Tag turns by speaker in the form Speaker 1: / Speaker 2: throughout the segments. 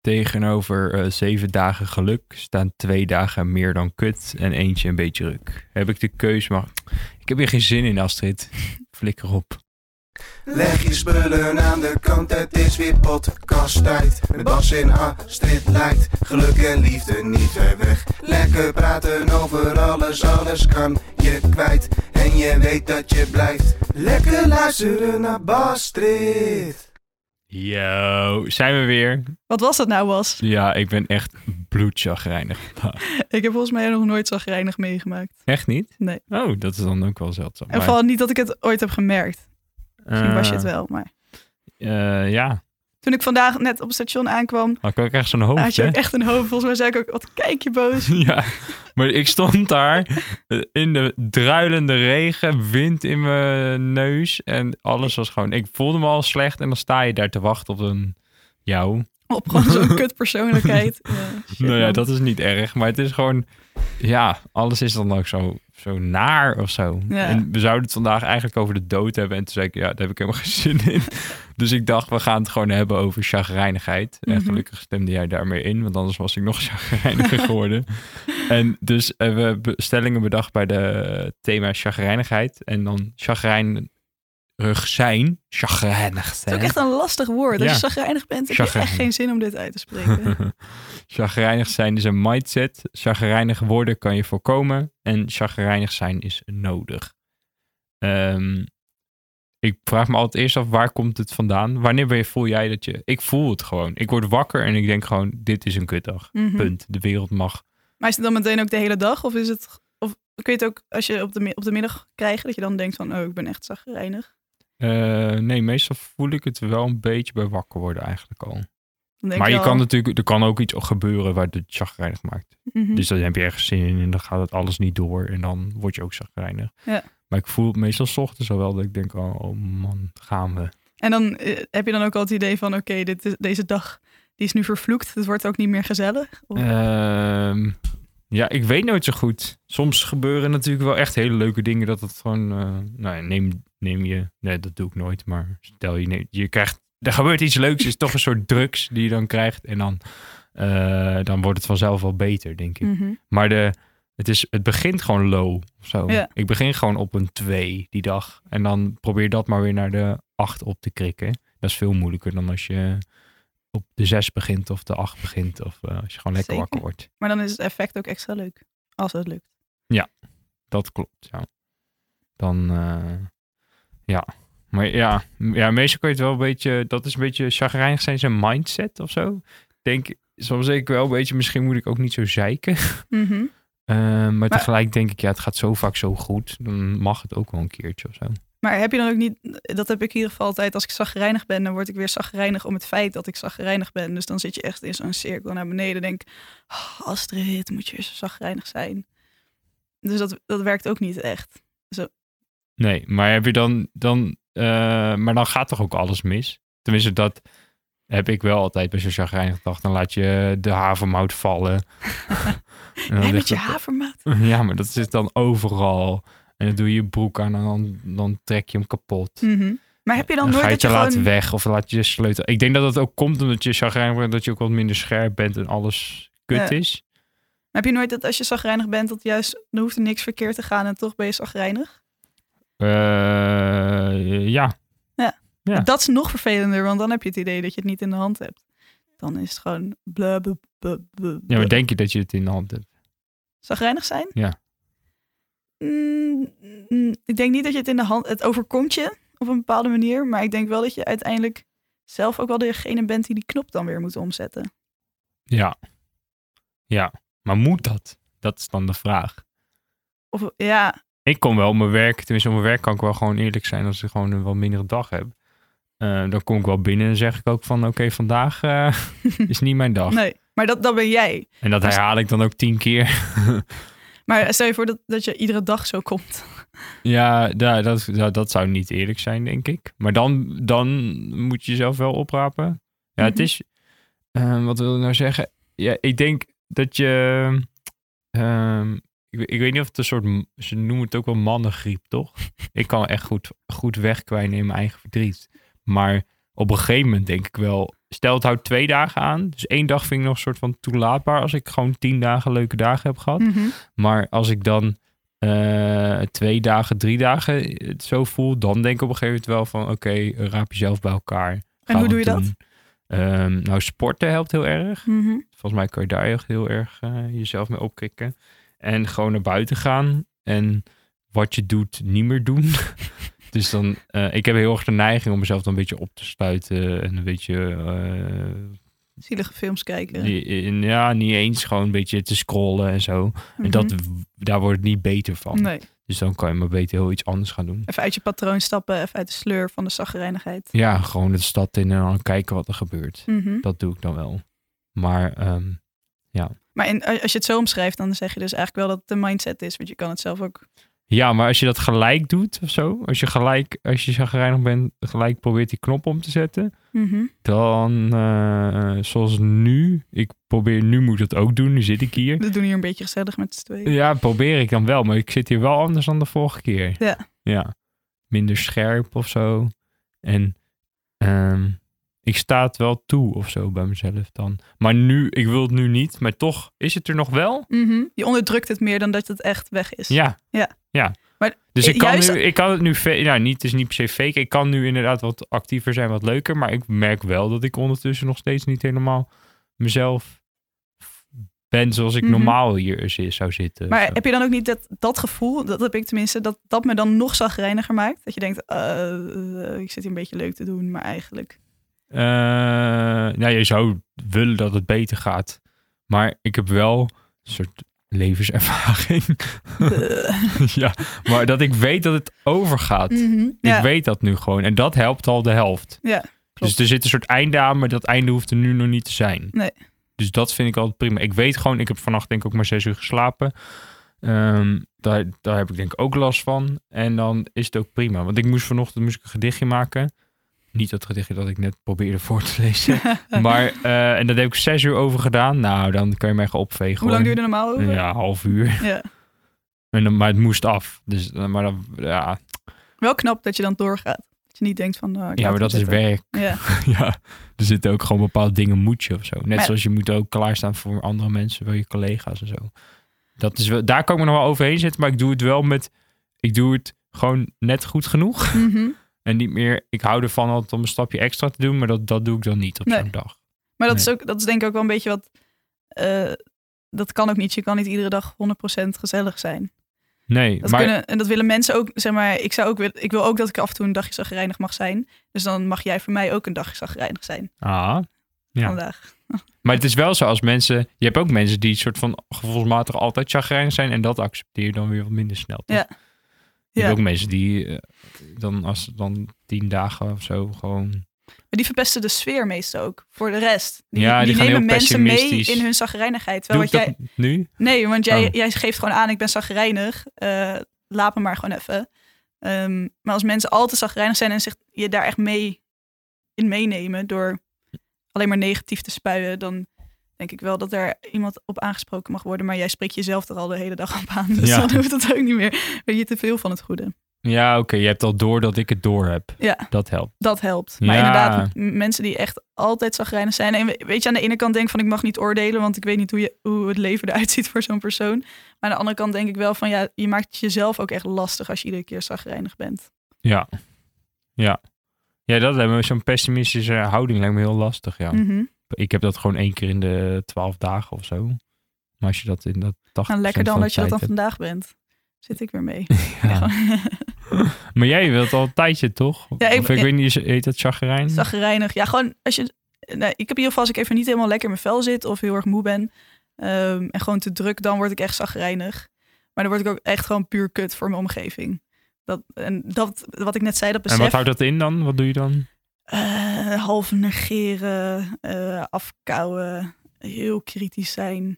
Speaker 1: Tegenover eh, zeven dagen geluk staan twee dagen meer dan kut en eentje een beetje ruk. Heb ik de keus, maar ik heb hier geen zin in, Astrid. Flikker op.
Speaker 2: Leg je spullen aan de kant, het is weer podcast tijd. Met Bas en Astrid lijkt geluk en liefde niet ver weg. Lekker praten over alles, alles kan je kwijt. En je weet dat je blijft. Lekker luisteren naar Bastrid.
Speaker 1: Yo, zijn we weer?
Speaker 3: Wat was dat nou, Bas?
Speaker 1: Ja, ik ben echt bloedchagrijnig. vandaag.
Speaker 3: Ik heb volgens mij nog nooit zo grijnig meegemaakt.
Speaker 1: Echt niet?
Speaker 3: Nee.
Speaker 1: Oh, dat is dan ook wel zeldzaam.
Speaker 3: En vooral niet dat ik het ooit heb gemerkt. Misschien was je het
Speaker 1: Eh,
Speaker 3: wel, maar...
Speaker 1: eh, ja,
Speaker 3: Toen ik vandaag net op het station aankwam,
Speaker 1: dan kan ik echt zo'n hoofd,
Speaker 3: had je
Speaker 1: hè?
Speaker 3: ook echt een hoofd. Volgens mij zei ik ook, wat kijk je boos.
Speaker 1: Ja, maar ik stond daar eh, in de druilende regen, wind in mijn neus en alles was gewoon... Ik voelde me al slecht en dan sta je daar te wachten op een jou.
Speaker 3: Op gewoon zo'n kutpersoonlijkheid. Ja, shit,
Speaker 1: nou ja,
Speaker 3: man.
Speaker 1: dat is niet erg, maar het is gewoon... Ja, alles is dan ook zo, zo naar of zo.
Speaker 3: Ja.
Speaker 1: En we zouden het vandaag eigenlijk over de dood hebben. En toen zei ik, ja, daar heb ik helemaal geen zin in. Dus ik dacht, we gaan het gewoon hebben over chagrijnigheid. En
Speaker 3: Mhm.
Speaker 1: gelukkig stemde jij daarmee in, want anders was ik nog chagrijniger geworden. en dus hebben we be- stellingen bedacht bij de eh, thema chagrijnigheid. En dan chagrijnig zijn. Chagrijnig
Speaker 3: Het is ook
Speaker 1: zijn.
Speaker 3: echt een lastig woord. Als
Speaker 1: Ja.
Speaker 3: je zagrijnig bent, heb je echt
Speaker 1: Chagrijnig.
Speaker 3: geen zin om dit uit te spreken.
Speaker 1: chagrijnig zijn is een mindset. Chagrijnig worden kan je voorkomen. En chagrijnig zijn is nodig. Ehm, ik vraag me altijd eerst af, waar komt het vandaan? Wanneer ben je, voel jij dat je... Ik voel het gewoon. Ik word wakker en ik denk gewoon, dit is een kutdag.
Speaker 3: Mhm.
Speaker 1: Punt. De wereld mag.
Speaker 3: Maar is het dan meteen ook de hele dag? Of, is het, of kun je het ook als je op de, mi- op de middag krijgt, dat je dan denkt van, oh, ik ben echt zagrijnig.
Speaker 1: Eh, nee, meestal voel ik het wel een beetje bij wakker worden eigenlijk al.
Speaker 3: Dan denk
Speaker 1: maar je
Speaker 3: al,
Speaker 1: kan natuurlijk, er kan ook iets gebeuren waar het chagrijnig maakt.
Speaker 3: mhm.
Speaker 1: Dus dan heb je ergens zin in en dan gaat het alles niet door. En dan word je ook zagrijnig.
Speaker 3: Ja.
Speaker 1: Maar ik voel het meestal 's ochtends al wel dat ik denk, oh, oh man, gaan we.
Speaker 3: En dan eh, heb je dan ook al het idee van, oké, dit is- deze dag die is nu vervloekt. Het wordt ook niet meer gezellig. Of-
Speaker 1: Ehm, ja, ik weet nooit zo goed. Soms gebeuren natuurlijk wel echt hele leuke dingen. Dat het gewoon, eh, nou ja, neem, neem je, nee, dat doe ik nooit. Maar stel je, neemt- je krijgt, er gebeurt iets leuks. is toch een soort drugs die je dan krijgt. En dan, eh, dan wordt het vanzelf wel beter, denk ik.
Speaker 3: Mhm.
Speaker 1: Maar de, het, is, het begint gewoon low. of Zo.
Speaker 3: Ja.
Speaker 1: Ik begin gewoon op een 2 die dag. En dan probeer dat maar weer naar de 8 op te krikken. Dat is veel moeilijker dan als je op de 6 begint of de 8 begint. Of eh, als je gewoon lekker
Speaker 3: Zeker.
Speaker 1: wakker wordt.
Speaker 3: Maar dan is het effect ook extra leuk. Als het lukt.
Speaker 1: Dat klopt, ja. Dan, eh, ja. Maar ja, m- ja, meestal kun je het wel een beetje, dat is een beetje chagrijnig zijn, zijn mindset of zo. Ik Denk, soms denk ik wel een beetje, misschien moet ik ook niet zo zeiken.
Speaker 3: Mhm.
Speaker 1: Eh, maar, tegelijk denk ik, ja, het gaat zo vaak zo goed. Dan mag het ook wel een keertje of zo.
Speaker 3: Maar heb je dan ook niet, dat heb ik in ieder geval altijd, als ik zagrijnig ben, dan word ik weer zagrijnig om het feit dat ik zagrijnig ben. Dus dan zit je echt in zo'n cirkel naar beneden en denk, "Ah, Astrid, moet je eens zagrijnig zijn. Dus dat, dat werkt ook niet echt.
Speaker 1: Nee, maar heb je dan... dan eh, maar dan gaat toch ook alles mis? Tenminste, dat heb ik wel altijd bij zo'n chagrijnig gedacht. Dan laat je de havermout vallen. en
Speaker 3: Jij met
Speaker 1: ligt
Speaker 3: je
Speaker 1: het-
Speaker 3: havermaat.
Speaker 1: Ja, maar dat zit dan overal. En dan doe je je broek aan en dan, dan trek je hem kapot.
Speaker 3: Mhm. Maar heb je dan, nooit
Speaker 1: ga je het
Speaker 3: dat
Speaker 1: je
Speaker 3: je
Speaker 1: laten
Speaker 3: gewoon...
Speaker 1: weg of laat je je sleutel. Ik denk dat dat ook komt omdat je chagrijnig wordt. Dat je ook wat minder scherp bent en alles kut
Speaker 3: Ja.
Speaker 1: is.
Speaker 3: Maar heb je nooit dat als je zagrijnig bent, dat juist er hoeft er niks verkeerd te gaan en toch ben je zagrijnig?
Speaker 1: Eh, ja. Ja.
Speaker 3: Dat is nog vervelender, want dan heb je het idee dat je het niet in de hand hebt. Dan is het gewoon blub, blub, blub, blub.
Speaker 1: ja, maar denk je dat je het in de hand hebt?
Speaker 3: Zagrijnig zijn?
Speaker 1: Ja.
Speaker 3: Mm, mm, ik denk niet dat je het in de hand... Het overkomt je op een bepaalde manier, maar ik denk wel dat je uiteindelijk zelf ook wel degene bent die die knop dan weer moet omzetten.
Speaker 1: Ja. Ja. Maar moet dat? Dat is dan de vraag.
Speaker 3: Of ja,
Speaker 1: Ik kom wel op mijn werk, tenminste op mijn werk kan ik wel gewoon eerlijk zijn als ik gewoon een wat mindere dag heb. Eh, dan kom ik wel binnen en zeg ik ook van oké, vandaag eh, is niet mijn dag.
Speaker 3: nee. Maar dat, dat ben jij.
Speaker 1: En dat herhaal ik dan ook tien keer.
Speaker 3: Maar stel je voor dat, dat je iedere dag zo komt.
Speaker 1: Ja, da- dat, dat, dat zou niet eerlijk zijn, denk ik. Maar dan, dan moet je jezelf wel oprapen. Ja, het
Speaker 3: Mhm.
Speaker 1: is. ehm, wat wil ik nou zeggen? Ja, ik denk dat je. ehm, ik, we- ik weet niet of het een soort. m- Ze noemen het ook wel mannengriep, toch? ik kan echt goed, goed wegkwijnen in mijn eigen verdriet. Maar op een gegeven moment denk ik wel. stel het houdt twee dagen aan. Dus één dag vind ik nog een soort van toelaatbaar als ik gewoon tien dagen leuke dagen heb gehad.
Speaker 3: Mhm.
Speaker 1: Maar als ik dan eh, twee dagen, drie dagen het zo voel, dan denk ik op een gegeven moment wel van oké, raap jezelf bij elkaar. Ga
Speaker 3: En hoe
Speaker 1: wat
Speaker 3: doe je dat?
Speaker 1: doen. Ehm, nou, sporten helpt heel erg.
Speaker 3: Mhm.
Speaker 1: Volgens mij kan je daar echt heel erg eh, jezelf mee opkicken. En gewoon naar buiten gaan. En wat je doet, niet meer doen. dus dan, eh, ik heb heel erg de neiging om mezelf dan een beetje op te sluiten. En een beetje eh,
Speaker 3: Zielige films kijken.
Speaker 1: die- in- ja, niet eens gewoon een beetje te scrollen en zo. En dat,
Speaker 3: Mhm.
Speaker 1: daar wordt het niet beter van.
Speaker 3: Nee,
Speaker 1: Dus dan kan je maar beter heel iets anders gaan doen.
Speaker 3: even uit je patroon stappen, even uit de sleur van de zagrijnigheid.
Speaker 1: Ja, gewoon de stad in en dan kijken wat er gebeurt.
Speaker 3: Mhm.
Speaker 1: Dat doe ik dan wel. Maar ehm,
Speaker 3: Maar in, als je het zo omschrijft, dan zeg je dus eigenlijk wel dat het een mindset is, want je kan het zelf ook.
Speaker 1: ja, maar als je dat gelijk doet of zo. Als je gelijk, als je chagrijnig bent, gelijk probeert die knop om te zetten.
Speaker 3: Mhm.
Speaker 1: Dan, eh, zoals nu. Ik probeer, nu moet ik dat ook doen. Nu zit ik hier.
Speaker 3: Dat doen hier een beetje gezellig met z'n tweeën.
Speaker 1: Ja, probeer ik dan wel. Maar ik zit hier wel anders dan de vorige keer.
Speaker 3: Ja.
Speaker 1: Ja. Minder scherp of zo. En ehm, ik sta het wel toe of zo bij mezelf dan. Maar nu, ik wil het nu niet. Maar toch is het er nog wel.
Speaker 3: Mhm. Je onderdrukt het meer dan dat het echt weg is.
Speaker 1: Ja.
Speaker 3: Ja.
Speaker 1: ja.
Speaker 3: Maar eh,
Speaker 1: dus ik kan,
Speaker 3: juist-
Speaker 1: nu, ik kan het nu, fa- nou niet, het is niet per se fake. Ik kan nu inderdaad wat actiever zijn, wat leuker. Maar ik merk wel dat ik ondertussen nog steeds niet helemaal mezelf ben zoals ik
Speaker 3: Mhm.
Speaker 1: normaal hier zi- zou zitten.
Speaker 3: Maar
Speaker 1: Zo.
Speaker 3: heb je dan ook niet dat, dat gevoel, dat heb ik tenminste, dat dat me dan nog zagrijniger maakt? Dat je denkt, eh, eh, ik zit hier een beetje leuk te doen, maar eigenlijk.
Speaker 1: Eh, nou, je zou willen dat het beter gaat. Maar ik heb wel een soort levenservaring.
Speaker 3: Eh,
Speaker 1: ja, maar dat ik weet dat het overgaat.
Speaker 3: mhm. Ja,
Speaker 1: Ik weet dat nu gewoon. En dat helpt al de helft.
Speaker 3: Ja,
Speaker 1: Dus er zit een soort einde aan, maar dat einde hoeft er nu nog niet te zijn.
Speaker 3: Nee.
Speaker 1: Dus dat vind ik altijd prima. Ik weet gewoon, ik heb vannacht denk ik ook maar zes uur geslapen. Ehm, daar, daar heb ik denk ik ook last van. En dan is het ook prima. Want ik moest vanochtend moest ik een gedichtje maken. Niet dat gedichtje dat ik net probeerde voor te lezen. maar, eh, en dat heb ik zes uur over gedaan. Nou, dan kan je mij gaan opvegen.
Speaker 3: Hoe lang
Speaker 1: hoor.
Speaker 3: duurde normaal over?
Speaker 1: Ja, half uur.
Speaker 3: Ja.
Speaker 1: En dan, maar het moest af. Dus, eh, maar dan, ja,
Speaker 3: Wel knap dat je dan doorgaat. Dat je niet denkt van. eh, ik
Speaker 1: ja,
Speaker 3: laat
Speaker 1: maar dat
Speaker 3: het
Speaker 1: is
Speaker 3: zitten.
Speaker 1: werk.
Speaker 3: Ja.
Speaker 1: ja, er zitten ook gewoon bepaalde dingen moet je of zo. Net
Speaker 3: Maar-
Speaker 1: zoals je moet ook klaarstaan voor andere mensen, voor je collega's en zo. Dat is wel, daar kan ik me nog wel overheen zetten, maar ik doe het wel met, ik doe het gewoon net goed genoeg.
Speaker 3: Mhm.
Speaker 1: En niet meer, ik hou ervan altijd om een stapje extra te doen, maar dat, dat doe ik dan niet op
Speaker 3: Nee.
Speaker 1: zo'n dag.
Speaker 3: Maar dat,
Speaker 1: Nee.
Speaker 3: is ook, dat is denk ik ook wel een beetje wat. eh, dat kan ook niet. Je kan niet iedere dag 100% gezellig zijn.
Speaker 1: Nee,
Speaker 3: Dat
Speaker 1: maar
Speaker 3: kunnen, en dat willen mensen ook. Zeg maar, ik, zou ook wil, ik wil ook dat ik af en toe een dagje zagrijnig mag zijn. Dus dan mag jij voor mij ook een dagje zagrijnig zijn
Speaker 1: ah, Ja.
Speaker 3: vandaag.
Speaker 1: maar het is wel zo als mensen, je hebt ook mensen die soort van gevoelsmatig altijd chagrijnig zijn en dat accepteer je dan weer wat minder snel. toch?
Speaker 3: Ja.
Speaker 1: Je hebt
Speaker 3: Ja.
Speaker 1: ook mensen die eh, dan als ze dan tien dagen of zo gewoon
Speaker 3: Maar die verpesten de sfeer meestal ook. Voor de rest. Die,
Speaker 1: Ja, die gaan
Speaker 3: nemen
Speaker 1: heel
Speaker 3: mensen mee
Speaker 1: pessimistisch.
Speaker 3: in hun zagrijnigheid.
Speaker 1: Doe ik
Speaker 3: Terwijl wat
Speaker 1: dat
Speaker 3: jij,
Speaker 1: nu?
Speaker 3: nee, want jij,
Speaker 1: Oh.
Speaker 3: jij geeft gewoon aan, ik ben zagrijnig. eh, laat me maar gewoon even. Ehm, maar als mensen al te zagrijnig zijn en zich je daar echt mee in meenemen door alleen maar negatief te spuien, dan denk ik wel dat daar iemand op aangesproken mag worden. Maar jij spreekt jezelf er al de hele dag op aan. Dus
Speaker 1: Ja.
Speaker 3: dan hoeft dat ook niet meer. Weet je te veel van het goede.
Speaker 1: Ja, oké. Je hebt al door dat ik het door heb.
Speaker 3: Ja.
Speaker 1: Dat helpt.
Speaker 3: Dat helpt. Maar
Speaker 1: Ja.
Speaker 3: inderdaad, m- mensen die echt altijd zagrijnig zijn. En we- weet je, aan de ene kant denk ik van ik mag niet oordelen, want ik weet niet hoe, je, hoe het leven eruit ziet voor zo'n persoon. Maar aan de andere kant denk ik wel van ja, je maakt jezelf ook echt lastig als je iedere keer zagrijnig bent.
Speaker 1: Ja. Ja. Ja, dat hebben we. Zo'n pessimistische houding lijkt me heel lastig, ja.
Speaker 3: Mhm.
Speaker 1: Ik heb dat gewoon één keer in de twaalf dagen of zo. Maar als je dat in dat 80
Speaker 3: Nou, lekker dan
Speaker 1: van
Speaker 3: dat
Speaker 1: de
Speaker 3: je dat dan
Speaker 1: tijd
Speaker 3: vandaag bent. Zit ik weer mee.
Speaker 1: hebt. Ja. Maar jij wilt al een tijdje, toch?
Speaker 3: Ja, ik-
Speaker 1: of ik
Speaker 3: ja.
Speaker 1: weet niet, heet dat chagrijn?
Speaker 3: Zagrijnig. Ja, gewoon als je. Nee, ik heb in ieder geval als ik even niet helemaal lekker in mijn vel zit of heel erg moe ben ehm, en gewoon te druk, dan word ik echt zagrijnig. Maar dan word ik ook echt gewoon puur kut voor mijn omgeving. Dat, en dat, wat ik net zei, dat
Speaker 1: En
Speaker 3: besef.
Speaker 1: wat houdt dat in dan? Wat doe je dan?
Speaker 3: eh, half negeren, eh, afkouwen, heel kritisch zijn.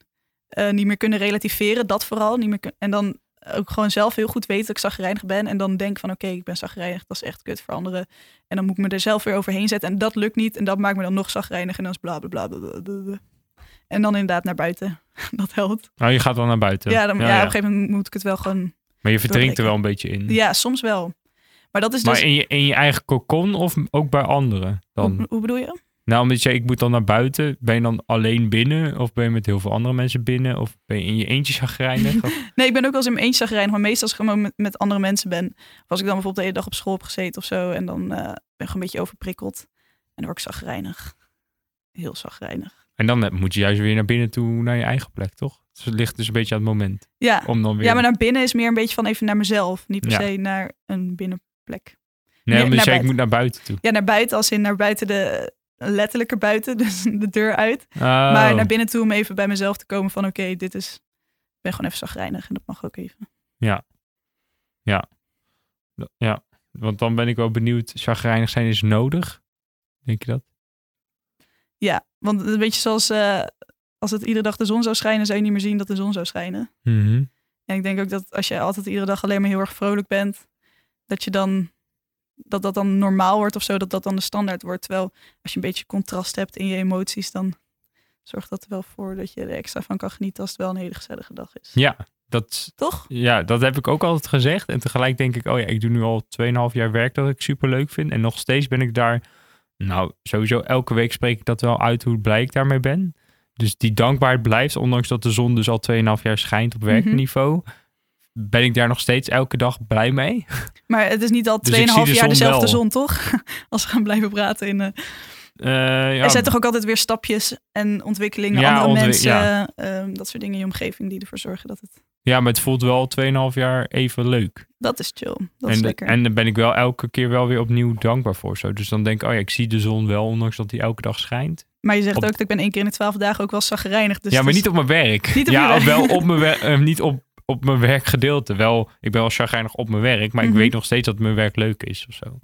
Speaker 3: eh, niet meer kunnen relativeren, dat vooral. Niet meer kun- en dan ook gewoon zelf heel goed weten dat ik zagrijnig ben. En dan denk van oké, ik ben zagrijnig, dat is echt kut voor anderen. En dan moet ik me er zelf weer overheen zetten. En dat lukt niet en dat maakt me dan nog zagrijnig. En dan is bla bla bla bla bla, bla. bla. En dan inderdaad naar buiten. Dat helpt.
Speaker 1: Nou, je gaat wel naar buiten.
Speaker 3: Ja, dan, ja, op een gegeven moment moet ik het wel gewoon...
Speaker 1: Maar je verdrinkt er
Speaker 3: doorbreken.
Speaker 1: wel een beetje in.
Speaker 3: Ja, soms wel. Maar dat is dus...
Speaker 1: Maar in je, in je eigen cocon of ook bij anderen dan?
Speaker 3: hoe, hoe bedoel je?
Speaker 1: Nou, omdat je, ik moet dan naar buiten. Ben je dan alleen binnen? Of ben je met heel veel andere mensen binnen? Of ben je in je eentje chagrijnig? Of-
Speaker 3: Nee, ik ben ook wel eens in mijn eentje zagrijnig, maar meestal als ik gewoon met, met andere mensen ben. Of als ik dan bijvoorbeeld de hele dag op school heb gezeten of zo. En dan eh, ben ik gewoon een beetje overprikkeld. En dan word ik zagrijnig. Heel zagrijnig.
Speaker 1: en dan eh, moet je juist weer naar binnen toe, naar je eigen plek, toch? Dus het ligt dus een beetje aan het moment.
Speaker 3: Ja.
Speaker 1: Om dan Oh, weer...
Speaker 3: ja, maar naar binnen is meer een beetje van even naar mezelf. Niet per
Speaker 1: Ja.
Speaker 3: se naar een binnenplek.
Speaker 1: nee,
Speaker 3: nee,
Speaker 1: omdat je
Speaker 3: naar
Speaker 1: zei, ik
Speaker 3: buiten.
Speaker 1: moet naar buiten toe.
Speaker 3: Ja, naar buiten als in naar buiten de... Letterlijke buiten, dus de deur uit.
Speaker 1: Oh.
Speaker 3: Maar naar binnen toe om even bij mezelf te komen van... Oké, dit is... Ik ben gewoon even zagrijnig en dat mag ook even.
Speaker 1: Ja, want dan ben ik wel benieuwd. Chagrijnig zijn is nodig. Denk je dat?
Speaker 3: Ja, want een beetje zoals... eh, als het iedere dag de zon zou schijnen, zou je niet meer zien dat de zon zou schijnen.
Speaker 1: Mhm.
Speaker 3: En ik denk ook dat als je altijd iedere dag alleen maar heel erg vrolijk bent, dat je dan dat dat dan normaal wordt of zo, dat dat dan de standaard wordt. Terwijl als je een beetje contrast hebt in je emoties, dan zorgt dat er wel voor dat je er extra van kan genieten als het wel een hele gezellige dag is.
Speaker 1: Ja, dat,
Speaker 3: Toch?
Speaker 1: ja, dat heb ik ook altijd gezegd. En tegelijk denk ik, oh ja, ik doe nu al 2,5 jaar werk dat ik super leuk vind. En nog steeds ben ik daar, nou sowieso elke week spreek ik dat wel uit hoe blij ik daarmee ben. Dus die dankbaarheid blijft, ondanks dat de zon dus al 2,5 jaar schijnt op
Speaker 3: Mhm.
Speaker 1: werkniveau. Ben ik daar nog steeds elke dag blij mee?
Speaker 3: Maar het is niet al
Speaker 1: Dus ik zie
Speaker 3: 2,5
Speaker 1: de
Speaker 3: jaar
Speaker 1: zon
Speaker 3: dezelfde
Speaker 1: wel.
Speaker 3: zon, toch? Als we gaan blijven praten. In, eh,
Speaker 1: Eh, ja,
Speaker 3: Er zijn toch ook altijd weer stapjes en ontwikkelingen,
Speaker 1: Ja,
Speaker 3: andere
Speaker 1: ontwik-
Speaker 3: mensen,
Speaker 1: ja.
Speaker 3: ehm, dat soort dingen in je omgeving die ervoor zorgen dat het...
Speaker 1: ja, maar het voelt wel 2,5 jaar even leuk.
Speaker 3: Dat is chill.
Speaker 1: en,
Speaker 3: Dat is
Speaker 1: de-
Speaker 3: lekker.
Speaker 1: en daar ben ik wel elke keer wel weer opnieuw dankbaar voor. Zo. Dus dan denk ik, oh ja, ik zie de zon wel, ondanks dat die elke dag schijnt.
Speaker 3: maar je zegt
Speaker 1: op-
Speaker 3: ook dat ik ben één keer in de twaalf dagen ook wel zagrijnig. Dus
Speaker 1: ja,
Speaker 3: het
Speaker 1: maar
Speaker 3: is-
Speaker 1: niet op mijn werk.
Speaker 3: Niet op
Speaker 1: ja,
Speaker 3: je werk.
Speaker 1: wel op mijn werk, eh, niet op, op mijn werkgedeelte. Wel, ik ben wel chagrijnig op mijn werk, maar
Speaker 3: Mhm.
Speaker 1: ik weet nog steeds dat mijn werk leuk is of zo.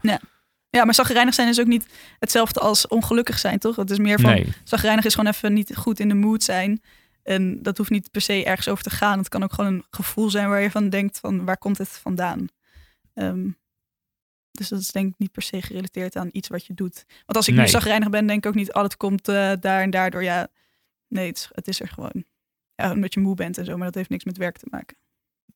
Speaker 3: Ja, maar zagrijnig zijn is ook niet hetzelfde als ongelukkig zijn, toch? Het is meer van,
Speaker 1: nee,
Speaker 3: zagrijnig is gewoon even niet goed in de mood zijn. En dat hoeft niet per se ergens over te gaan. Het kan ook gewoon een gevoel zijn waar je van denkt van, waar komt het vandaan? Ehm, dus dat is denk ik niet per se gerelateerd aan iets wat je doet. Want als ik nu
Speaker 1: Nee.
Speaker 3: zagrijnig ben, denk ik ook niet, oh, het komt eh, daar en daardoor. Ja, nee, het is, het is er gewoon. Ja, omdat je moe bent en zo, maar dat heeft niks met werk te maken.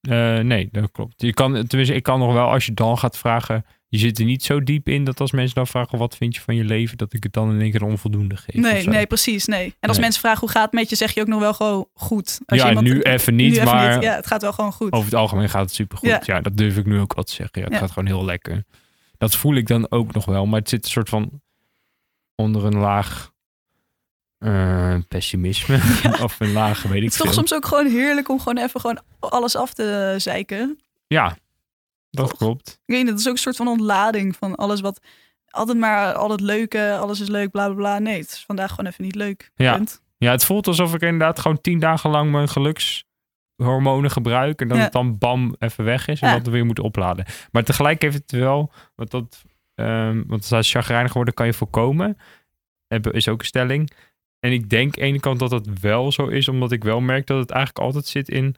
Speaker 1: Eh, nee, dat klopt. Je kan, tenminste, ik kan nog wel, als je dan gaat vragen, je zit er niet zo diep in dat als mensen dan vragen, wat vind je van je leven, dat ik het dan in één keer onvoldoende geef. of
Speaker 3: Nee,
Speaker 1: zo.
Speaker 3: nee, precies, nee. En als
Speaker 1: Nee.
Speaker 3: mensen vragen hoe gaat het met je, zeg je ook nog wel gewoon goed. Als je
Speaker 1: Ja,
Speaker 3: iemand-
Speaker 1: nu even niet,
Speaker 3: Nu even
Speaker 1: maar
Speaker 3: Ja, het gaat wel gewoon goed.
Speaker 1: Over het algemeen gaat het supergoed.
Speaker 3: Ja.
Speaker 1: Ja. dat durf ik nu ook wel te zeggen. Ja, het
Speaker 3: Ja.
Speaker 1: gaat gewoon heel lekker. Dat voel ik dan ook nog wel. Maar het zit een soort van onder een laag eh, pessimisme. of een laag, weet ik
Speaker 3: het is toch
Speaker 1: veel.
Speaker 3: soms ook gewoon heerlijk om gewoon even gewoon alles af te eh, zeiken.
Speaker 1: Ja, dat
Speaker 3: Toch?
Speaker 1: klopt.
Speaker 3: Ik weet niet, dat is ook een soort van ontlading van alles wat... Altijd maar al het leuke, alles is leuk, bla bla bla. Nee, het is vandaag gewoon even niet leuk.
Speaker 1: Ja.
Speaker 3: Punt.
Speaker 1: Ja, het voelt alsof ik inderdaad gewoon tien dagen lang mijn gelukshormonen gebruik en dat
Speaker 3: Ja.
Speaker 1: het dan bam even weg is en
Speaker 3: Ja.
Speaker 1: dat we weer moeten opladen. Maar tegelijk heeft het wel, want dat, ehm, want als je chagrijnig worden kan je voorkomen, Heb- is ook een stelling. En ik denk aan de ene kant dat dat wel zo is, omdat ik wel merk dat het eigenlijk altijd zit in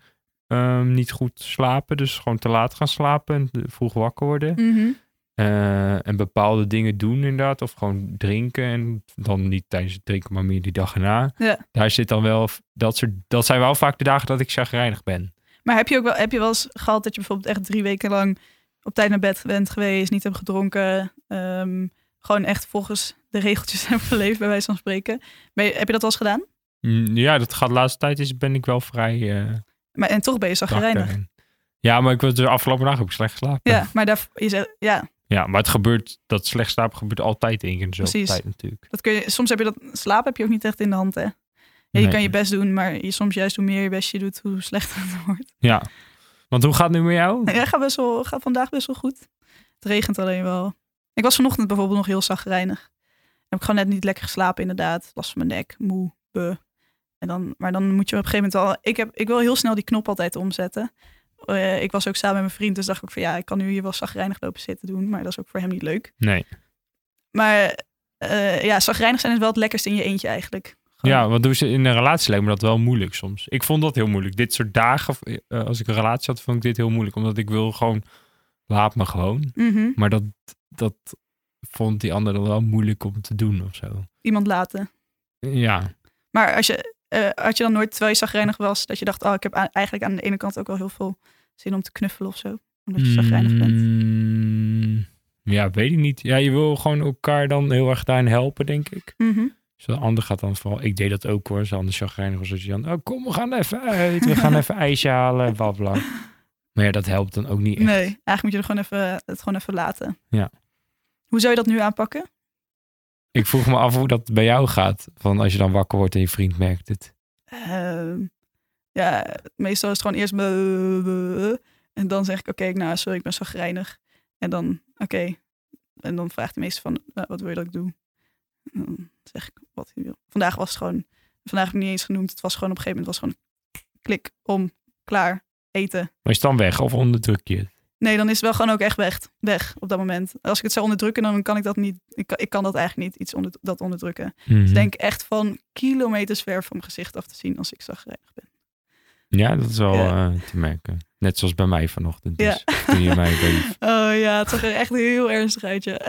Speaker 1: ehm, niet goed slapen, dus gewoon te laat gaan slapen en te vroeg wakker worden.
Speaker 3: Mhm.
Speaker 1: Eh, en bepaalde dingen doen inderdaad. Of gewoon drinken. En dan niet tijdens het drinken, maar meer die dag erna.
Speaker 3: Ja.
Speaker 1: Daar zit dan wel... v- Dat, soort, dat zijn wel vaak de dagen dat ik chagrijnig ben.
Speaker 3: Maar heb je ook wel, heb je wel eens gehad dat je bijvoorbeeld echt drie weken lang... op tijd naar bed bent geweest, niet hebt gedronken... ehm, gewoon echt volgens de regeltjes hebt geleefd, bij wijze van spreken. Ben je- heb je dat wel eens gedaan?
Speaker 1: Mm, ja, dat gaat de laatste tijd. Is, ben ik wel vrij eh
Speaker 3: Maar, en toch ben je zagrijnig.
Speaker 1: chagrijnig. Ja, maar ik was de afgelopen dag heb ik slecht geslapen.
Speaker 3: Ja, maar daar, je zegt, ja,
Speaker 1: Ja, maar het gebeurt... Dat slecht slapen gebeurt altijd één keer in dezelfde
Speaker 3: Precies.
Speaker 1: tijd natuurlijk.
Speaker 3: Dat kun je, soms heb je dat, slaap heb je ook niet echt in de hand, hè? Ja,
Speaker 1: Nee.
Speaker 3: je kan je best doen, maar je, soms juist hoe meer je best je doet, hoe slechter het wordt. Nou
Speaker 1: Ja. Want hoe gaat het nu met jou?
Speaker 3: Ja, gaat, best wel, gaat vandaag best wel goed. Het regent alleen wel. Ik was vanochtend bijvoorbeeld nog heel zagrijnig. Heb ik gewoon net niet lekker geslapen, inderdaad. Last van mijn nek, moe, be. En dan, maar dan moet je op een gegeven moment al... Ik, heb, ik wil heel snel die knop altijd omzetten. Eh, ik was ook samen met mijn vriend, dus dacht ik ook van... Ja, ik kan nu hier wel zagrijnig lopen zitten doen, maar dat is ook voor hem niet leuk.
Speaker 1: Nee.
Speaker 3: Maar eh, ja, zagrijnig zijn is wel het lekkerst in je eentje eigenlijk. Gewoon-
Speaker 1: Ja, want doen ze in een relatie lijkt me dat wel moeilijk soms. Ik vond dat heel moeilijk. Dit soort dagen, eh, als ik een relatie had, vond ik dit heel moeilijk. Omdat ik wil gewoon, laat me gewoon.
Speaker 3: Mhm.
Speaker 1: Maar dat, dat vond die ander dan wel moeilijk om te doen of zo.
Speaker 3: iemand laten.
Speaker 1: Ja,
Speaker 3: Maar als je, eh, had je dan nooit, terwijl je zagrijnig was, dat je dacht, oh, ik heb a- eigenlijk aan de ene kant ook wel heel veel zin om te knuffelen of zo. Omdat je zagrijnig bent.
Speaker 1: Mm, Ja, weet ik niet. Ja, je wil gewoon elkaar dan heel erg daarin helpen, denk ik.
Speaker 3: Mhm.
Speaker 1: Dus de ander gaat dan vooral... Ik deed dat ook hoor. Ze anders chagrijnig was als je dan... Oh, kom, we gaan even uit. We gaan even ijsje halen. Bla, bla. Maar ja, dat helpt dan ook niet echt.
Speaker 3: Nee, eigenlijk moet je er gewoon even, het gewoon even laten.
Speaker 1: Ja.
Speaker 3: Hoe zou je dat nu aanpakken?
Speaker 1: Ik vroeg me af hoe dat bij jou gaat. Van als je dan wakker wordt en je vriend merkt het.
Speaker 3: Ehm, ja, meestal is het gewoon eerst... me- En dan zeg ik, oké, nou, sorry, ik ben chagrijnig. En dan, oké. En dan vraagt de meester van, nou, wat wil je dat ik doe? En dan zeg ik wat hij wil. Vandaag was het gewoon... Vandaag heb ik het niet eens genoemd. Het was gewoon op een gegeven moment was het gewoon klik, om, klaar, eten.
Speaker 1: Maar is het dan weg of onderdruk je het?
Speaker 3: Nee, dan is het wel gewoon ook echt weg. Weg op dat moment. Als ik het zou onderdrukken, dan kan ik dat niet. Ik kan, ik kan dat eigenlijk niet, iets onder, dat onderdrukken. Dus
Speaker 1: Mhm.
Speaker 3: denk echt van kilometers ver van mijn gezicht af te zien als ik zagrijnig ben.
Speaker 1: Ja, dat is wel
Speaker 3: Ja.
Speaker 1: eh, te merken. Net zoals bij mij vanochtend.
Speaker 3: Ja.
Speaker 1: Dus toen je mij bij-
Speaker 3: Oh ja, het zag er echt heel ernstig uit, ja.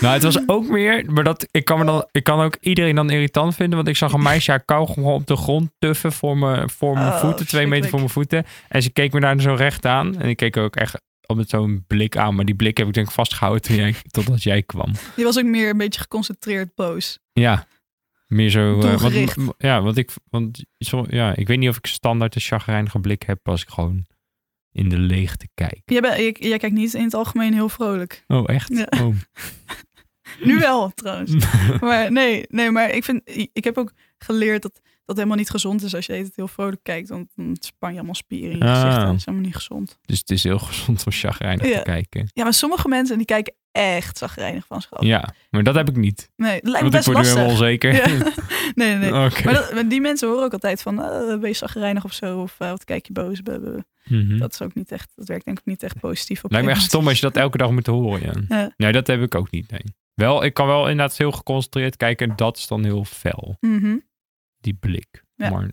Speaker 1: Nou, het was ook meer, maar dat, ik, kan me dan, ik kan ook iedereen dan irritant vinden. Want ik zag een meisje haar kauwgom op de grond tuffen voor mijn, voor mijn
Speaker 3: Oh,
Speaker 1: voeten. Twee meter
Speaker 3: verschrikkelijk.
Speaker 1: voor mijn voeten. En ze keek me daar zo recht aan. En ik keek ook echt op met zo'n blik aan. Maar die blik heb ik denk ik vastgehouden toen jij, totdat jij kwam.
Speaker 3: Je was ook meer een beetje geconcentreerd boos.
Speaker 1: Ja, meer zo... eh,
Speaker 3: Doelgericht.
Speaker 1: want, ja, want ik, want, zo, ja, ik weet niet of ik standaard een chagrijnige blik heb als ik gewoon in de leegte kijk.
Speaker 3: Jij, bent- jij, jij kijkt niet in het algemeen heel vrolijk.
Speaker 1: Oh, echt?
Speaker 3: Ja.
Speaker 1: Oh.
Speaker 3: Nu wel, trouwens. Maar nee, nee, maar ik vind, ik heb ook geleerd dat dat helemaal niet gezond is als je het heel vrolijk kijkt. Want dan span je allemaal spieren in je
Speaker 1: Ah.
Speaker 3: gezicht. en Dat is helemaal niet gezond.
Speaker 1: Dus het is heel gezond om chagrijnig
Speaker 3: Ja.
Speaker 1: te kijken.
Speaker 3: Ja, maar sommige mensen die kijken echt zagrijnig van zich af.
Speaker 1: Ja, maar dat heb ik niet.
Speaker 3: Nee, dat lijkt me
Speaker 1: Want ik
Speaker 3: best
Speaker 1: word nu
Speaker 3: lastig.
Speaker 1: helemaal onzeker.
Speaker 3: Ja. Nee, nee, nee.
Speaker 1: Oké.
Speaker 3: Maar, dat, maar die mensen horen ook altijd van, eh, ben je zagrijnig of zo? Of eh, wat kijk je boos? Blah, blah, blah.
Speaker 1: Mhm.
Speaker 3: Dat is ook niet echt, dat werkt denk ik niet echt positief op
Speaker 1: Lijkt me echt
Speaker 3: mensen.
Speaker 1: stom als je dat elke dag moet horen. Ja.
Speaker 3: Ja.
Speaker 1: Nee, dat heb ik ook niet. Nee. Wel, ik kan wel inderdaad heel geconcentreerd kijken. En dat is dan heel fel,
Speaker 3: Mhm.
Speaker 1: die blik.
Speaker 3: Ja.
Speaker 1: Maar,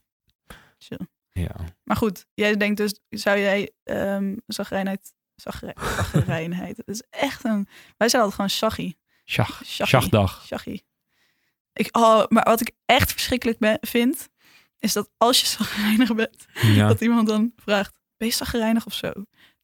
Speaker 3: Chill.
Speaker 1: ja.
Speaker 3: Maar goed, jij denkt dus, zou jij ehm zagrijnheid, zagrij- zagrijnheid, dat is echt een, wij zijn altijd gewoon saggie.
Speaker 1: Sjag.
Speaker 3: Sjaggie.
Speaker 1: Sjagdag.
Speaker 3: Sjaggie. Ik, oh, maar wat ik echt verschrikkelijk ben- vind, is dat als je zagrijnig bent,
Speaker 1: Ja.
Speaker 3: dat iemand dan vraagt, ben je zagrijnig of zo?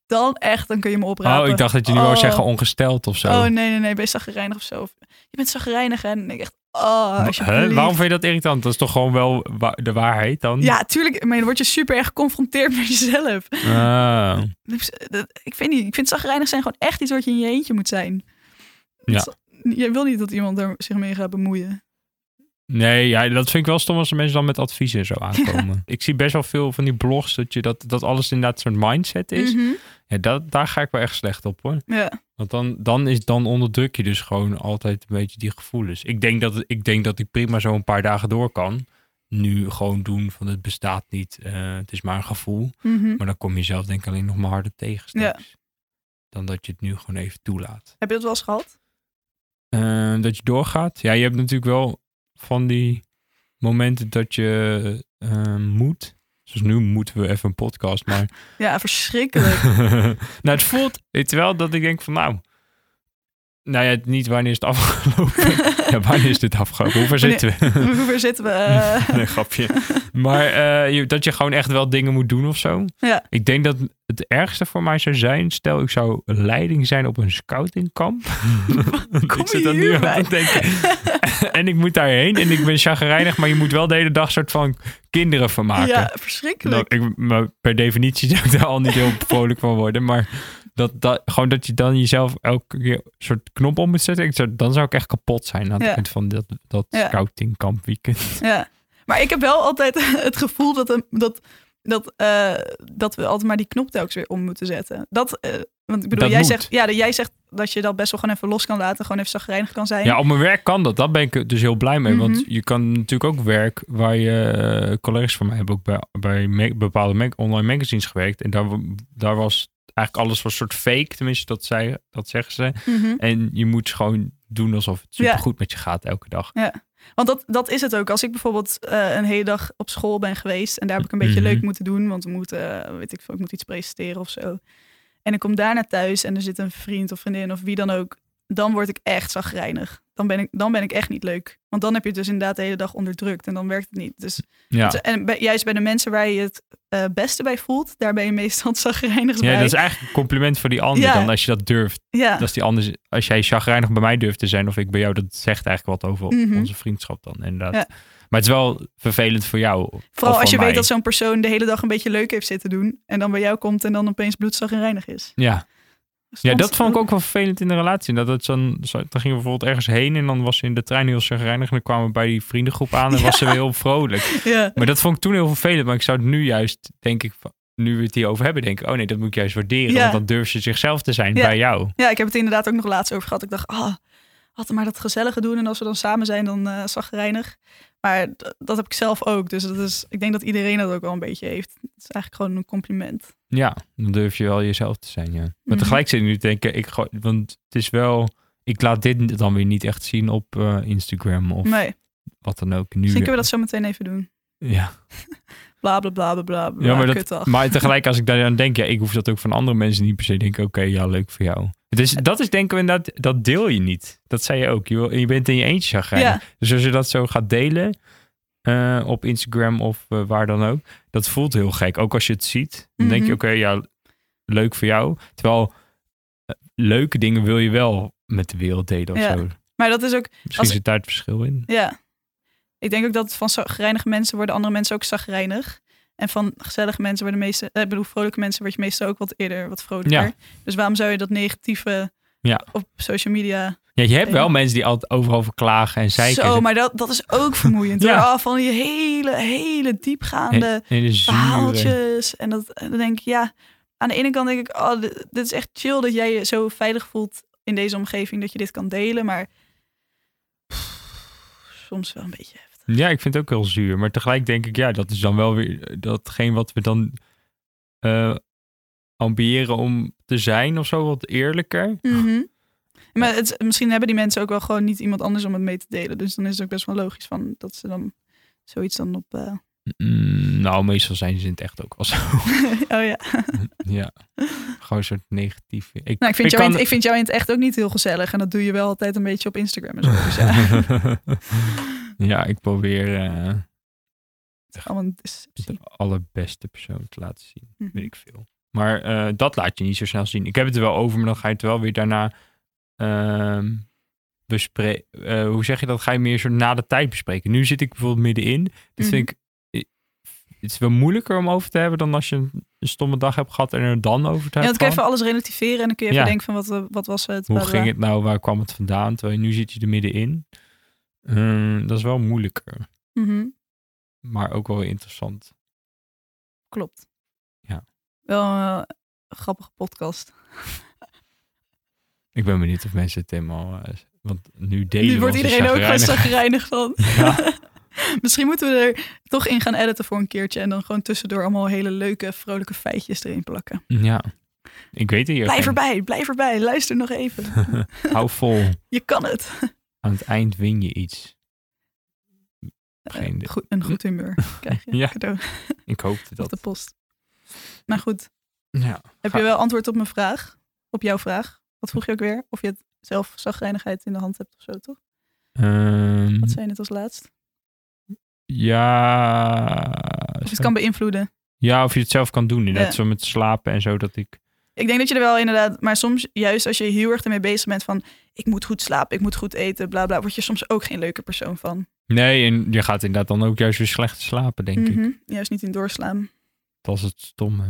Speaker 3: Dan echt, dan kun je me oprapen.
Speaker 1: Oh, ik dacht dat je nu wou
Speaker 3: Oh.
Speaker 1: zeggen ongesteld of zo.
Speaker 3: Oh, nee, nee, nee, ben je zagrijnig of zo? Of, je bent zagrijnig, hè? En dan denk ik echt, oh,
Speaker 1: Wa-
Speaker 3: alsjeblieft.
Speaker 1: Hè? Waarom vind je dat irritant? Dat is toch gewoon wel wa- de waarheid dan?
Speaker 3: Ja, tuurlijk, maar dan word je super erg geconfronteerd met jezelf.
Speaker 1: Ah.
Speaker 3: Dus, dat- Ik vind niet, ik vind zagrijnig zijn gewoon echt iets wat je in je eentje moet zijn.
Speaker 1: Ja.
Speaker 3: Dat is- Je wil niet dat iemand er zich mee gaat bemoeien.
Speaker 1: Nee, ja, dat vind ik wel stom als de mensen dan met adviezen en zo aankomen. Ik zie best wel veel van die blogs dat, je dat, dat alles inderdaad een soort mindset is.
Speaker 3: Mhm.
Speaker 1: Ja, dat, daar ga ik wel echt slecht op hoor.
Speaker 3: Ja,
Speaker 1: Want dan, dan, is, dan onderdruk je dus gewoon altijd een beetje die gevoelens. Ik denk dat, ik, denk dat ik prima zo een paar dagen door kan. Nu gewoon doen van het bestaat niet, eh, het is maar een gevoel.
Speaker 3: Mhm.
Speaker 1: Maar dan kom je zelf denk ik alleen nog maar harder tegen straks. Dan dat je het nu gewoon even toelaat.
Speaker 3: Heb je dat wel eens gehad?
Speaker 1: Eh, dat je doorgaat. Ja, je hebt natuurlijk wel van die momenten dat je eh, moet. Zoals nu moeten we even een podcast, maar
Speaker 3: Ja, verschrikkelijk.
Speaker 1: nou, het voelt terwijl dat ik denk van nou, nou ja, niet wanneer is het afgelopen. ja, wanneer is dit afgelopen? Hoe ver zitten we?
Speaker 3: Hoe ver zitten we? Eh,
Speaker 1: nee, grapje. Maar eh, je- dat je gewoon echt wel dingen moet doen of zo.
Speaker 3: Ja.
Speaker 1: Ik denk dat het ergste voor mij zou zijn, stel ik zou leiding zijn op een scoutingkamp.
Speaker 3: kom
Speaker 1: ik zit
Speaker 3: je
Speaker 1: dan nu aan
Speaker 3: hierbij?
Speaker 1: te denken. en ik moet daarheen en ik ben chagrijnig, maar je moet wel de hele dag soort van kinderen vermaken.
Speaker 3: ja, verschrikkelijk.
Speaker 1: Nou, ik, maar per definitie zou ik daar al niet heel vrolijk van worden. Maar dat, dat, gewoon dat je dan jezelf elke keer een soort knop om moet zetten. Ik zou, dan zou ik echt kapot zijn aan het
Speaker 3: Ja.
Speaker 1: eind van dat, dat
Speaker 3: Ja.
Speaker 1: scoutingkamp weekend.
Speaker 3: Ja. Maar ik heb wel altijd het gevoel dat, een- dat, dat, eh, dat we altijd maar die knop telkens weer om moeten zetten. Dat, eh, want ik bedoel,
Speaker 1: Dat
Speaker 3: jij,
Speaker 1: moet.
Speaker 3: zegt, ja, dat jij zegt dat je dat best wel gewoon even los kan laten. Gewoon even zagrijnig kan zijn.
Speaker 1: Ja, op mijn werk kan dat. Daar ben ik dus heel blij mee. Want
Speaker 3: Mhm.
Speaker 1: je kan natuurlijk ook werk waar je eh, collega's van mij hebben ook bij, bij ma- bepaalde mag- online magazines gewerkt. En daar, w- daar was eigenlijk alles was soort fake. Tenminste, dat, zei, dat zeggen ze.
Speaker 3: Mhm.
Speaker 1: En je moet gewoon doen alsof het
Speaker 3: Ja.
Speaker 1: supergoed goed met je gaat elke dag.
Speaker 3: Want dat, dat is het ook. Als ik bijvoorbeeld eh, een hele dag op school ben geweest en daar heb ik een beetje
Speaker 1: Mhm.
Speaker 3: leuk moeten doen, want we moeten, eh, weet ik, veel, ik moet iets presenteren of zo. En ik kom daarna thuis en er zit een vriend of vriendin of wie dan ook dan word ik echt zagrijnig. Dan ben ik, dan ben ik echt niet leuk. Want dan heb je het dus inderdaad de hele dag onderdrukt en dan werkt het niet. Dus,
Speaker 1: Ja.
Speaker 3: En bij- juist bij de mensen waar je het eh, beste bij voelt, daar ben je meestal zagrijnig bij.
Speaker 1: ja, dat is eigenlijk een compliment voor die ander
Speaker 3: Ja.
Speaker 1: dan als je dat durft.
Speaker 3: ja.
Speaker 1: Als, die anders, als jij chagrijnig bij mij durft te zijn of ik bij jou, dat zegt eigenlijk wat over
Speaker 3: Mhm.
Speaker 1: onze vriendschap dan inderdaad.
Speaker 3: Ja.
Speaker 1: Maar het is wel vervelend voor jou.
Speaker 3: Vooral
Speaker 1: of
Speaker 3: als je
Speaker 1: voor mij.
Speaker 3: weet dat zo'n persoon de hele dag een beetje leuk heeft zitten doen. En dan bij jou komt en dan opeens bloedzagrijnig is.
Speaker 1: Ja. ja,
Speaker 3: Stond-
Speaker 1: dat vond ik ook wel vervelend in de relatie. Dat het zo'n, zo, dan gingen we bijvoorbeeld ergens heen en dan was ze in de trein heel chagrijnig. En dan kwamen we bij die vriendengroep aan en was ze weer heel vrolijk.
Speaker 3: Ja.
Speaker 1: Maar dat vond ik toen heel vervelend. Maar ik zou het nu juist, denk ik, van- nu we het hier over hebben, denken... Oh nee, dat moet ik juist waarderen.
Speaker 3: Ja.
Speaker 1: Want dan durft ze zichzelf te zijn
Speaker 3: Ja.
Speaker 1: bij jou.
Speaker 3: ja, ik heb het inderdaad ook nog laatst over gehad. Ik dacht, ah, had maar dat gezellige doen. En als we dan samen zijn, dan eh zagrijnig. Maar d- dat heb ik zelf ook. Dus dat is, ik denk dat iedereen dat ook wel een beetje heeft. Het is eigenlijk gewoon een compliment.
Speaker 1: Ja, dan durf je wel jezelf te zijn, ja. Maar
Speaker 3: Mhm.
Speaker 1: tegelijk zit ik nu te denken, ik, gooi- want het is wel... Ik laat dit dan weer niet echt zien op eh, Instagram of
Speaker 3: nee,
Speaker 1: wat dan ook. Nu,
Speaker 3: misschien kunnen we dat zo meteen even doen.
Speaker 1: Ja.
Speaker 3: Bla, bla, bla, bla, bla. bla
Speaker 1: Ja, maar dat-
Speaker 3: kutdag.
Speaker 1: Maar tegelijk, als ik daar aan denk, ja, ik hoef dat ook van andere mensen niet per se denken. Oké, ja, leuk voor jou. Het is, dat is denken we inderdaad, dat deel je niet. Dat zei je ook. Je, wil- je bent in je eentje chagrijnig.
Speaker 3: Ja.
Speaker 1: Dus als je dat zo gaat delen eh, op Instagram of eh, waar dan ook, dat voelt heel gek. Ook als je het ziet, dan denk je,
Speaker 3: Mhm.
Speaker 1: oké, ja, leuk voor jou. Terwijl eh, leuke dingen wil je wel met de wereld delen of
Speaker 3: Ja.
Speaker 1: zo.
Speaker 3: Maar dat is ook,
Speaker 1: Misschien
Speaker 3: Als-
Speaker 1: zit daar het verschil in.
Speaker 3: Ja. Ik denk ook dat van zagrijnige mensen worden andere mensen ook zagrijnig. En van gezellige mensen worden de meeste... eh, Ik bedoel, vrolijke mensen word je meestal ook wat eerder wat vrolijker.
Speaker 1: Ja.
Speaker 3: Dus waarom zou je dat negatieve
Speaker 1: Ja.
Speaker 3: op social media...
Speaker 1: Ja, je hebt wel
Speaker 3: Ja.
Speaker 1: mensen die altijd overal verklagen en zeiken.
Speaker 3: Zo, maar dat, dat is ook vermoeiend.
Speaker 1: Ja.
Speaker 3: ja. Van die hele, hele diepgaande
Speaker 1: en, en de zure-
Speaker 3: verhaaltjes. En dat, en dan denk ik, ja... Aan de ene kant denk ik, oh, dit, dit is echt chill dat jij je zo veilig voelt in deze omgeving. Dat je dit kan delen, maar... pff, soms wel een beetje heftig.
Speaker 1: Ja, ik vind het ook heel zuur. Maar tegelijk denk ik, ja, dat is dan wel weer datgene wat we dan eh, ambiëren om te zijn of zo, wat eerlijker.
Speaker 3: Mhm. Maar het, misschien hebben die mensen ook wel gewoon niet iemand anders om het mee te delen. Dus dan is het ook best wel logisch van dat ze dan zoiets dan op. eh,
Speaker 1: Mm, nou, meestal zijn ze in het echt ook wel zo.
Speaker 3: oh ja.
Speaker 1: ja, gewoon een soort negatief. Ik,
Speaker 3: Nou, ik, vind jou
Speaker 1: kan-
Speaker 3: in, het- ik vind jou in het echt ook niet heel gezellig. En dat doe je wel altijd een beetje op Instagram en zo. Dus ja,
Speaker 1: ja, ik probeer eh,
Speaker 3: het is allemaal een
Speaker 1: de
Speaker 3: deceptie.
Speaker 1: allerbeste persoon te laten zien.
Speaker 3: Mhm.
Speaker 1: weet ik veel. Maar eh, dat laat je niet zo snel zien. Ik heb het er wel over, maar dan ga je het wel weer daarna ehm bespreken. hoe zeg je dat? Ga je meer zo na de tijd bespreken. Nu zit ik bijvoorbeeld middenin. Dit
Speaker 3: Mhm.
Speaker 1: vind ik. eh, Het is wel moeilijker om over te hebben dan als je een, een stomme dag hebt gehad en er dan over te
Speaker 3: Ja,
Speaker 1: hebben.
Speaker 3: want dan kun je even alles relativeren en dan kun je even
Speaker 1: Ja.
Speaker 3: denken van wat, eh, wat was het?
Speaker 1: Hoe
Speaker 3: blablabla.
Speaker 1: ging het nou? Waar kwam het vandaan? Terwijl je nu zit je er middenin. Ehm, dat is wel moeilijker,
Speaker 3: Mhm,
Speaker 1: maar ook wel weer interessant.
Speaker 3: Klopt.
Speaker 1: Ja.
Speaker 3: Wel eh, een grappige podcast.
Speaker 1: Ik ben benieuwd of mensen het helemaal. eh, want nu delen
Speaker 3: Nu
Speaker 1: we
Speaker 3: wordt
Speaker 1: onze
Speaker 3: iedereen ook wel
Speaker 1: chagrijnigheid.
Speaker 3: zagrijnig van.
Speaker 1: Ja.
Speaker 3: Misschien moeten we er toch in gaan editen voor een keertje. En dan gewoon tussendoor allemaal hele leuke, vrolijke feitjes erin plakken.
Speaker 1: Ja. Ik weet het hier.
Speaker 3: Blijf
Speaker 1: geen.
Speaker 3: erbij, blijf erbij. Luister nog even.
Speaker 1: Hou vol.
Speaker 3: Je kan het.
Speaker 1: Aan het eind win je iets. Geen idee.
Speaker 3: Eh, goed, een goed humeur krijg je.
Speaker 1: Ja.
Speaker 3: Cadeau
Speaker 1: Ik hoop
Speaker 3: op de
Speaker 1: dat.
Speaker 3: post. Maar goed,
Speaker 1: Ja.
Speaker 3: heb
Speaker 1: Ga-
Speaker 3: je wel antwoord op mijn vraag? Op jouw vraag? Wat vroeg je ook weer? Of je het zelf zagrijnigheid in de hand hebt of zo, toch?
Speaker 1: Ehm,
Speaker 3: Wat zei je net als laatst?
Speaker 1: Nou, ja.
Speaker 3: Of je het kan beïnvloeden.
Speaker 1: Ja, of je het zelf kan doen. Inderdaad,
Speaker 3: Ja.
Speaker 1: zo met slapen en zo. Dat ik.
Speaker 3: Ik denk dat je er wel inderdaad, maar soms juist als je heel erg ermee bezig bent van ik moet goed slapen, ik moet goed eten, bla bla, word je soms ook geen leuke persoon van.
Speaker 1: Nee, en je gaat inderdaad dan ook juist weer slecht slapen, denk ik.
Speaker 3: Mhm. Juist niet in doorslaan.
Speaker 1: Dat is het stomme.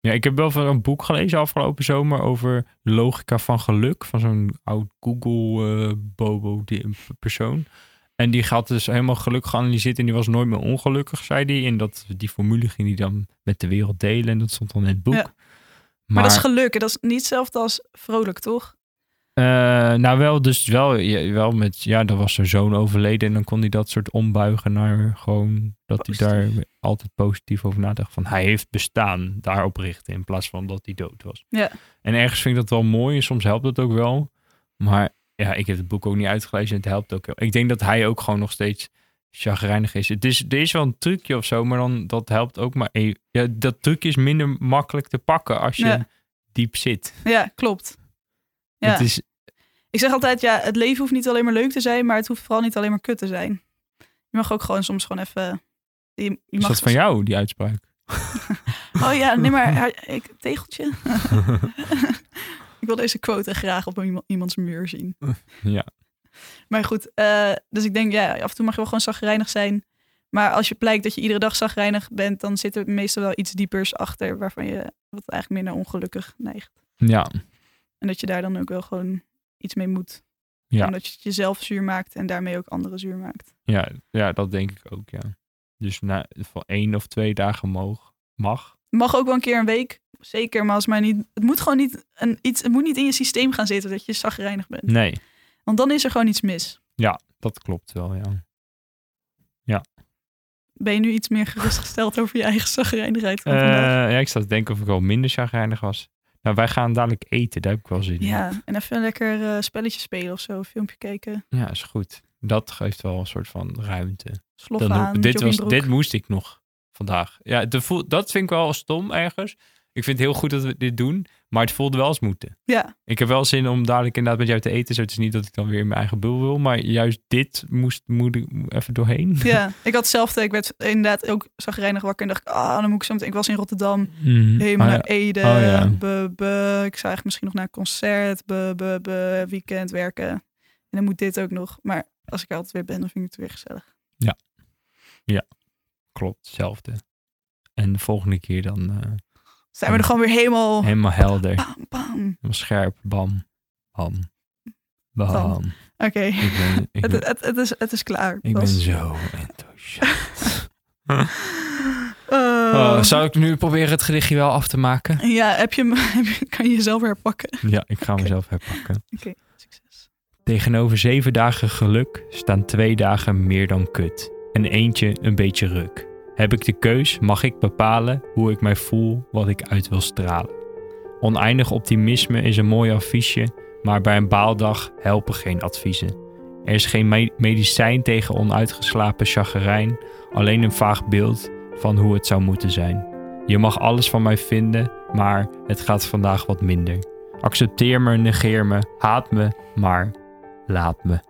Speaker 1: Ja, ik heb wel van een boek gelezen afgelopen zomer over logica van geluk. Van zo'n oud eh, Google-bobo persoon. En die had dus helemaal geluk geanalyseerd en die was nooit meer ongelukkig, zei hij. En dat, die formule ging hij dan met de wereld delen en dat stond dan in het boek.
Speaker 3: Ja.
Speaker 1: Maar,
Speaker 3: Maar, dat is geluk. en Dat is niet hetzelfde als vrolijk, toch?
Speaker 1: eh, nou wel, dus wel, ja, wel met, ja, dan was zijn zoon overleden en dan kon hij dat soort ombuigen naar gewoon dat hij
Speaker 3: Positief.
Speaker 1: daar altijd positief over nadacht. Van hij heeft bestaan daarop richten in plaats van dat hij dood was.
Speaker 3: Ja.
Speaker 1: En ergens vind ik dat wel mooi en soms helpt dat ook wel. Maar ja, ik heb het boek ook niet uitgelezen en het helpt ook heel. Ik denk dat hij ook gewoon nog steeds chagrijnig is. Het is, er is wel een trucje of zo, maar dan, dat helpt ook maar even. Ja, dat trucje is minder makkelijk te pakken als je
Speaker 3: Ja.
Speaker 1: diep zit.
Speaker 3: Ja, klopt. Ja.
Speaker 1: Het is,
Speaker 3: Ik zeg altijd, ja, het leven hoeft niet alleen maar leuk te zijn, maar het hoeft vooral niet alleen maar kut te zijn. Je mag ook gewoon soms gewoon even... Je, je
Speaker 1: Is
Speaker 3: mag
Speaker 1: dat
Speaker 3: dus
Speaker 1: van jou, die uitspraak?
Speaker 3: Oh ja, nee maar, haar- ik, tegeltje. ik wil deze quote graag op iemand- iemands muur zien.
Speaker 1: Ja.
Speaker 3: Maar goed, eh, dus ik denk, ja, af en toe mag je wel gewoon zagrijnig zijn. Maar als je blijkt dat je iedere dag zagrijnig bent, dan zit er meestal wel iets diepers achter waarvan je wat eigenlijk minder ongelukkig neigt.
Speaker 1: Ja,
Speaker 3: En dat je daar dan ook wel gewoon iets mee moet.
Speaker 1: Ja.
Speaker 3: Omdat je het jezelf zuur maakt en daarmee ook anderen zuur maakt.
Speaker 1: ja, ja, dat denk ik ook, ja. Dus na, van één of twee dagen moog, mag.
Speaker 3: Mag ook wel een keer een week, zeker, maar als maar niet. Het moet gewoon niet, een, iets, het moet niet in je systeem gaan zitten dat je zagrijnig bent.
Speaker 1: Nee,
Speaker 3: Want dan is er gewoon iets mis.
Speaker 1: dat klopt wel,
Speaker 3: Oh,
Speaker 1: ja.
Speaker 3: Ben je nu iets meer gerustgesteld over je eigen zagrijnigheid van
Speaker 1: Eh,
Speaker 3: vandaag?
Speaker 1: ja, ik zat te denken of ik al minder chagrijnig was. Nou, wij gaan dadelijk eten, daar heb ik wel zin in.
Speaker 3: Ja, en even lekker eh, spelletje spelen of zo, een filmpje kijken,
Speaker 1: Ja, is goed. Dat geeft wel een soort van ruimte.
Speaker 3: sloffen
Speaker 1: Dan hoef-
Speaker 3: aan,
Speaker 1: dit, was,
Speaker 3: joggingbroek.
Speaker 1: dit moest ik nog vandaag. Ja, het voel- dat vind ik wel stom ergens. Ik vind het heel goed dat we dit doen, maar het voelde wel als moeten.
Speaker 3: Ja,
Speaker 1: Ik heb wel zin om dadelijk inderdaad met jou te eten. Zo, het is niet dat ik dan weer in mijn eigen bul wil, maar juist dit moest, moet ik even doorheen.
Speaker 3: ja, ik had hetzelfde. Ik werd inderdaad ook zagrijnig wakker en dacht, ik, ah, dan moet ik zo meteen. Ik was in Rotterdam,
Speaker 1: Mhm.
Speaker 3: helemaal
Speaker 1: Ah, ja.
Speaker 3: naar Ede.
Speaker 1: Oh, ja.
Speaker 3: be, be. Ik zou eigenlijk misschien nog naar een concert, be, be, be, weekend werken. En dan moet dit ook nog. Maar als ik er altijd weer ben, dan vind ik het weer gezellig.
Speaker 1: eh, Klopt, hetzelfde. En de volgende keer dan eh,
Speaker 3: Zijn we er gewoon weer helemaal...
Speaker 1: helemaal helder.
Speaker 3: Bam, bam.
Speaker 1: Helemaal scherp. Bam. Bam. Bam.
Speaker 3: Bam. Oké,
Speaker 1: Ik ben, ik
Speaker 3: het,
Speaker 1: ben,
Speaker 3: het, het, is, het is klaar.
Speaker 1: ik ben
Speaker 3: Bas.
Speaker 1: zo enthousiast.
Speaker 3: Eh,
Speaker 1: Oh, zou ik nu proberen het gedichtje wel af te maken?
Speaker 3: Ja, heb je, hem- heb je- kan je jezelf herpakken?
Speaker 1: Ja, ik ga mezelf herpakken.
Speaker 3: Oké, succes.
Speaker 1: Tegenover zeven dagen geluk staan twee dagen meer dan kut. En eentje een beetje ruk. Heb ik de keus, mag ik bepalen hoe ik mij voel, wat ik uit wil stralen. Oneindig optimisme is een mooi affiche, maar bij een baaldag helpen geen adviezen. Er is geen me- medicijn tegen onuitgeslapen chagrijn, alleen een vaag beeld van hoe het zou moeten zijn. Je mag alles van mij vinden, maar het gaat vandaag wat minder. Accepteer me, negeer me, haat me, maar laat me.